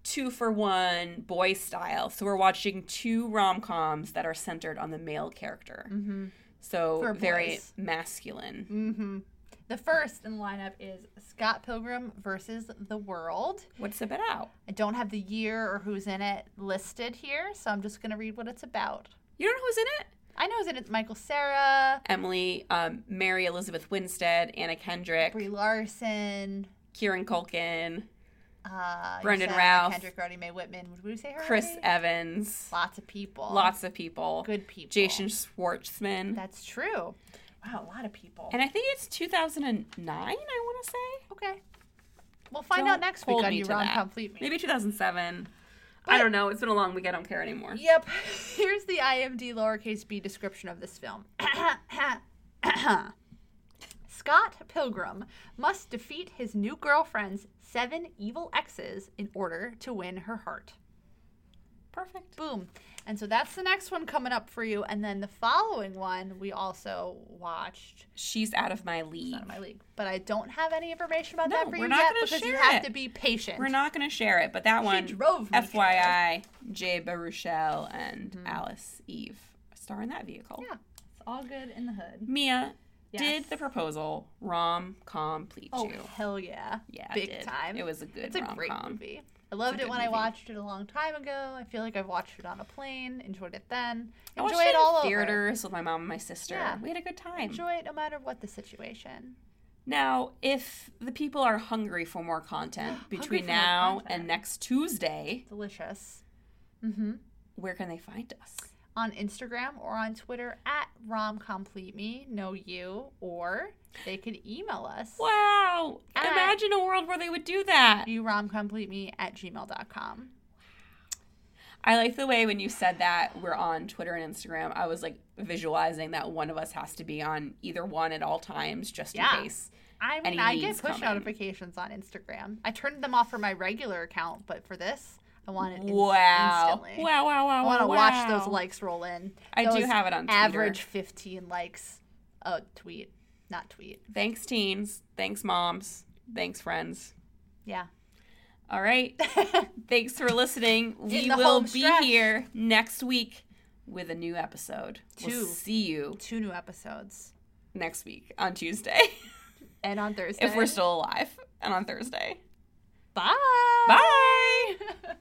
Speaker 2: two for one boy style. So we're watching two rom coms that are centered on the male character.
Speaker 1: Mm-hmm.
Speaker 2: So
Speaker 1: For
Speaker 2: very
Speaker 1: boys.
Speaker 2: masculine.
Speaker 1: Mm-hmm. The first in the lineup is Scott Pilgrim versus the World.
Speaker 2: What's it about?
Speaker 1: I don't have the year or who's in it listed here, so I'm just going to read what it's about.
Speaker 2: You don't know who's in it?
Speaker 1: I know it's in it Michael Sarah,
Speaker 2: Emily, um, Mary Elizabeth Winstead, Anna Kendrick,
Speaker 1: Brie Larson,
Speaker 2: Kieran Culkin,
Speaker 1: uh, you
Speaker 2: Brendan
Speaker 1: said
Speaker 2: Routh.
Speaker 1: Kendrick Roddy Mae Whitman. Would we say her?
Speaker 2: Chris
Speaker 1: already?
Speaker 2: Evans,
Speaker 1: Lots of people.
Speaker 2: lots of people,
Speaker 1: good people.
Speaker 2: Jason Schwartzman,
Speaker 1: That's true. Wow, a lot of people.
Speaker 2: and I think it's 2009. I want to say.
Speaker 1: okay. We'll find
Speaker 2: Don't
Speaker 1: out next
Speaker 2: hold
Speaker 1: week on
Speaker 2: me
Speaker 1: you
Speaker 2: to
Speaker 1: rom
Speaker 2: that.
Speaker 1: complete me.
Speaker 2: Maybe 2007.
Speaker 1: But-
Speaker 2: I don't know. It's been a long week. I don't care anymore.
Speaker 1: Yep. Here's the IMD lowercase b description of this film. Scott Pilgrim must defeat his new girlfriend's seven evil exes in order to win her heart.
Speaker 2: Perfect.
Speaker 1: Boom. And so that's the next one coming up for you. And then the following one we also watched
Speaker 2: She's out of my league.
Speaker 1: out of my league. But I don't have any information about
Speaker 2: No,
Speaker 1: that for
Speaker 2: we're
Speaker 1: you
Speaker 2: not
Speaker 1: yet
Speaker 2: gonna
Speaker 1: because you
Speaker 2: share
Speaker 1: have
Speaker 2: it.
Speaker 1: to be patient.
Speaker 2: We're not going to share it, but that one,
Speaker 1: drove me
Speaker 2: FYI, Jay Baruchel and Alice Eve star in that vehicle.
Speaker 1: yeah. It's all good in the hood.
Speaker 2: Mia
Speaker 1: Yes.
Speaker 2: did the proposal rom com pleat
Speaker 1: Oh
Speaker 2: you.
Speaker 1: hell yeah.
Speaker 2: Yeah, it
Speaker 1: Big
Speaker 2: did.
Speaker 1: time.
Speaker 2: It was a good
Speaker 1: It's a
Speaker 2: rom
Speaker 1: great
Speaker 2: com.
Speaker 1: movie. I loved
Speaker 2: a
Speaker 1: it
Speaker 2: good
Speaker 1: when I
Speaker 2: movie.
Speaker 1: watched it a long time ago. I feel like I've watched it on a plane, enjoyed it then.
Speaker 2: I
Speaker 1: Enjoy
Speaker 2: watched
Speaker 1: it,
Speaker 2: it
Speaker 1: all
Speaker 2: in
Speaker 1: over.
Speaker 2: theaters with my mom and my sister.
Speaker 1: Yeah.
Speaker 2: We had a good time.
Speaker 1: Enjoy it no matter what the situation.
Speaker 2: Now, if the people are hungry for more content between
Speaker 1: for more
Speaker 2: now
Speaker 1: content.
Speaker 2: and next Tuesday,
Speaker 1: Delicious. Mm-hmm.
Speaker 2: where can they find us?
Speaker 1: On Instagram or on Twitter at romcompleteme, know you, or they could email us.
Speaker 2: Wow!
Speaker 1: At-
Speaker 2: Imagine a world where they would do that.
Speaker 1: You romcompleteme at gmail.com.
Speaker 2: I like the way when you said that we're on Twitter and Instagram. I was like visualizing that one of us has to be on either one at all times, just
Speaker 1: Yeah.
Speaker 2: in case.
Speaker 1: I mean,
Speaker 2: Any
Speaker 1: I get
Speaker 2: leads
Speaker 1: push
Speaker 2: coming.
Speaker 1: notifications on Instagram. I turned them off for my regular account, but for this, I want it in-
Speaker 2: Wow!
Speaker 1: instantly.
Speaker 2: Wow! Wow! Wow!
Speaker 1: I want to
Speaker 2: wow,
Speaker 1: watch those
Speaker 2: wow.
Speaker 1: likes roll in.
Speaker 2: I do
Speaker 1: Those
Speaker 2: have it on Twitter.
Speaker 1: average 15 likes a tweet, not tweet.
Speaker 2: Thanks, teens. Thanks, moms. Thanks, friends.
Speaker 1: Yeah.
Speaker 2: All right. Thanks for listening. We
Speaker 1: the
Speaker 2: will
Speaker 1: home
Speaker 2: be
Speaker 1: stretch.
Speaker 2: here next week with a new episode.
Speaker 1: Two.
Speaker 2: We'll see you
Speaker 1: Two new episodes.
Speaker 2: next week on Tuesday
Speaker 1: And on Thursday.
Speaker 2: if we're still alive and on Thursday.
Speaker 1: Bye.
Speaker 2: Bye.
Speaker 1: Bye.